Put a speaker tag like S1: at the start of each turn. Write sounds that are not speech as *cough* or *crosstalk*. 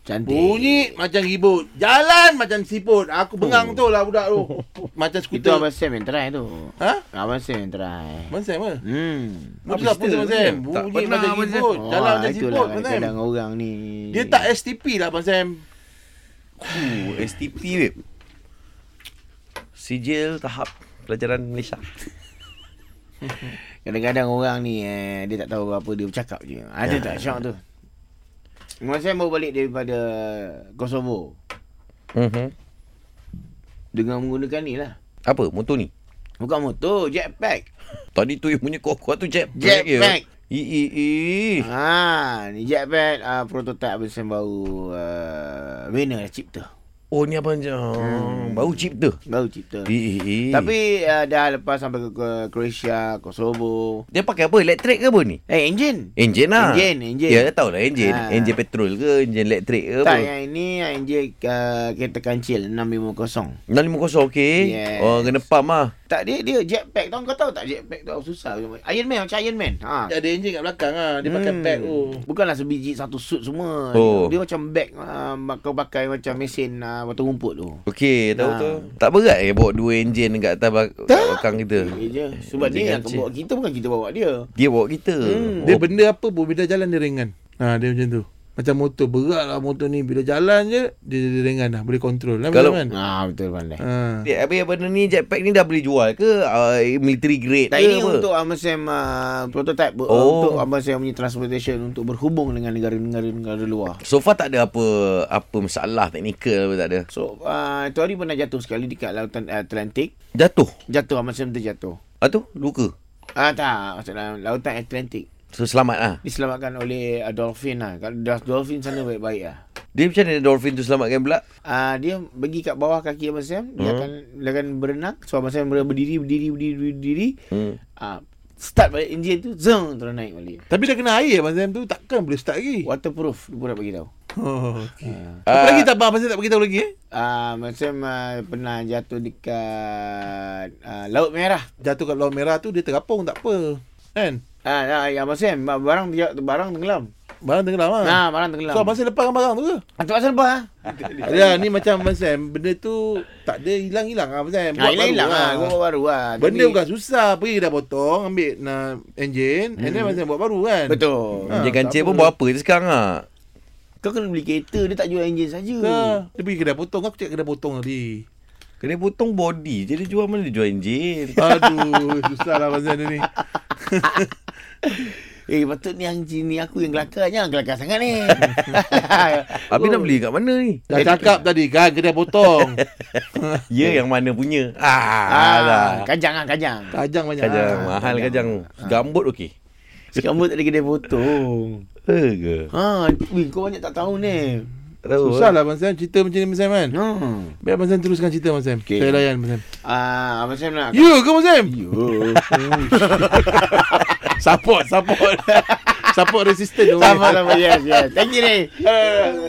S1: Cantik.
S2: Bunyi macam ribut. Jalan macam siput. Aku bengang tu lah budak tu. macam
S1: Itu
S2: skuter.
S1: Abang Sam yang try tu.
S2: Ha?
S1: Abang Sam yang try.
S2: Abang Sam ke?
S1: Hmm.
S2: Betul pun Abang Sam. Bunyi
S3: pernah
S2: macam
S3: Abang Sam.
S2: siput. Jalan
S1: Wah, Ah, itulah
S2: macam lah,
S1: kan,
S2: siput Abang Sam.
S1: kadang orang ni.
S2: Dia tak STP lah Abang Sam.
S3: Ooh, STP babe. Sijil tahap pelajaran Malaysia.
S1: Kadang-kadang orang ni eh, Dia tak tahu apa dia bercakap je Ada
S3: Ya.
S1: tak syok tu Masa saya baru balik daripada Kosovo
S3: Mhm.
S1: Dengan menggunakan ni lah
S3: Apa motor ni?
S1: Bukan motor, jetpack
S3: Tadi tu yang punya kuat-kuat tu jet
S1: Jetpack.
S3: I i i.
S2: Eh.
S1: Ha, ni jetpack uh, Prototype abang Sam baru uh, Winner lah, cipta
S3: Oh ni abang je. Hmm. Baru cipta.
S1: Baru cipta
S2: Eh.
S3: I i i.
S1: Tapi uh, dah lepas sampai ke, ke Croatia, Kosovo
S3: dia pakai apa? Elektrik ke apa ni?
S1: Eh, engine
S3: Enjin lah.
S1: Enjin, enjin.
S3: Ya, tahu lah enjin.
S1: Ha.
S3: Enjin petrol ke, enjin elektrik ke
S1: Tak, ya.
S3: apa.
S1: yang ini yang engine uh, kereta kancil 650
S3: 650 okey.
S1: Yes.
S3: Oh, kena pump lah.
S1: Tak dia dia jetpack tau kau tahu tak jetpack tu susah Iron Man macam Iron Man. Ha. Hmm.
S2: Dia ada enjin kat belakang ah. Dia pakai pad tu.
S1: Bukanlah sebiji satu suit semua.
S3: Oh.
S1: Dia, dia macam bag uh, kau pakai macam mesin uh, batu rumput tu.
S3: Okey, tahu
S1: Ha.
S3: tu. Tak berat ke bawa dua enjin dekat atas bak- kat belakang kita.
S1: Dia je. Ya, Sebab dia
S3: Enjin
S1: yang
S3: Eh, kancil.
S1: bawa kita bukan kita bawa dia.
S3: Dia bawa kita. Hmm.
S2: Dia benda apa pun bila jalan dia ringan. Ha dia macam tu. Macam motor berat lah motor ni bila jalan je dia, dia ringan dah boleh kontrol lah
S3: Kalau-
S2: macam kan.
S1: Ah betul pandai.
S2: Ha.
S3: Dia, habis eh, benda ni jetpack ni dah boleh jual ke uh, military grade
S1: Tak
S3: ke
S1: ini
S3: apa?
S1: untuk Abang Sam uh, prototype oh.
S3: Oh.
S1: untuk Abang Sam punya transportation untuk berhubung dengan negara-negara luar.
S3: So far tak ada apa apa masalah teknikal apa tak ada.
S1: So uh, itu hari pernah jatuh sekali dekat lautan Atlantik.
S3: Jatuh.
S1: Jatuh Abang Sam terjatuh.
S3: Ah tu luka.
S1: Ah tak, maksud dalam lautan Atlantik.
S3: So selamat lah.
S1: diselamatkan oleh uh, dolphin lah. Kalau dah dolphin sana baik-baik lah.
S3: Dia macam mana dolphin tu selamatkan pula?
S1: Uh, dia pergi kat bawah kaki Abang Sam.
S2: Hmm.
S1: Dia akan dia akan berenang. So Abang Sam berdiri, berdiri, berdiri, berdiri.
S3: Hmm.
S1: Uh, start balik enjin tu. Zeng terus naik balik.
S2: Tapi dah kena air Abang Sam tu takkan boleh start lagi.
S1: Waterproof. Dia pun nak bagi tahu.
S2: Oh, okay. *laughs* Apa
S3: Ah.
S2: lagi tak Abang Sam tak beritahu lagi eh?
S1: Uh, Abang Sam uh, pernah jatuh dekat uh, Laut Merah.
S2: Jatuh kat laut merah tu dia terapung tak apa. Kan?
S1: Ah, uh, Abang Sam barang barang tenggelam.
S2: Barang tenggelam lah.
S1: Nah, barang tenggelam.
S2: So Abang Sam lepaskan barang tu ke?
S1: Ah, terpaksa lepas ah.
S2: Ya, ni macam Abang Sam benda tu tak ada hilang-hilang ah, Abang Sam.
S1: Ha,
S2: Buat
S1: hilang-hilang
S2: baru
S1: ah. Gua baru ah.
S2: Benda
S1: Tapi-
S2: bukan susah. Pergi dah potong, ambil nah, enjin, and then Abang Sam buat baru kan?
S1: Hmm. Betul.
S2: Ha,
S3: Hmm, Dia
S2: tak
S3: kancil pun
S2: apa.
S3: buat Ah, apa je sekarang ah.
S1: Kau kena beli kereta, dia tak jual enjin saja.
S2: Ha, dia pergi kedai potong. Aku cakap kedai potong tadi.
S3: Kena potong body je dia jual mana dia jual enjin.
S2: Aduh, *laughs* susah lah Abang Sam dia ni.
S1: Eh patut ni yang jin ni aku yang kelakar Jangan kelakar sangat ni
S3: *laughs*
S2: *laughs*
S3: Habis nak beli kat mana ni?
S2: Dah cakap tadi kan kedai potong. *laughs*
S3: Ya yang mana punya. Ah, lah.
S1: ah, Kajang lah kajang
S2: Kajang banyak.
S3: Kajang
S2: ah.
S3: mahal kajang. Gambut okey.
S1: Sekarang pun tak ada kedai potong
S3: Eh ke?
S1: Ha,
S2: Oh.
S1: weh, kau banyak tak tahu ni
S3: Tak Tahu.
S1: ah.
S3: eh?
S2: Susah
S3: *laughs*
S2: lah Abang Sam cerita macam ni Abang Sam kan.
S1: Ha
S2: Biar Abang Sam teruskan cerita Abang Sam.
S1: Okey.
S2: Saya layan Abang Sam.
S1: Ah, Abang Sam nak
S2: You Ya ke Abang Sam?
S1: Yo.
S3: *laughs*
S2: support, support. support resistance. Ha.
S1: Sama-sama, yes, yes Thank you ni